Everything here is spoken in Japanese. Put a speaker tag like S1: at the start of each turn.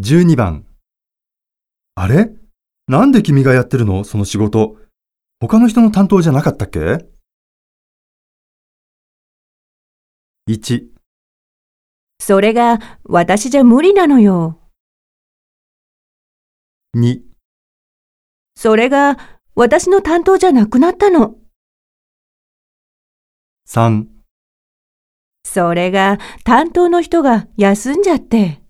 S1: 12番。あれなんで君がやってるのその仕事。他の人の担当じゃなかったっけ ?1、
S2: それが私じゃ無理なのよ。
S1: 2、
S2: それが私の担当じゃなくなったの。
S1: 3。
S2: それが担当の人が休んじゃって。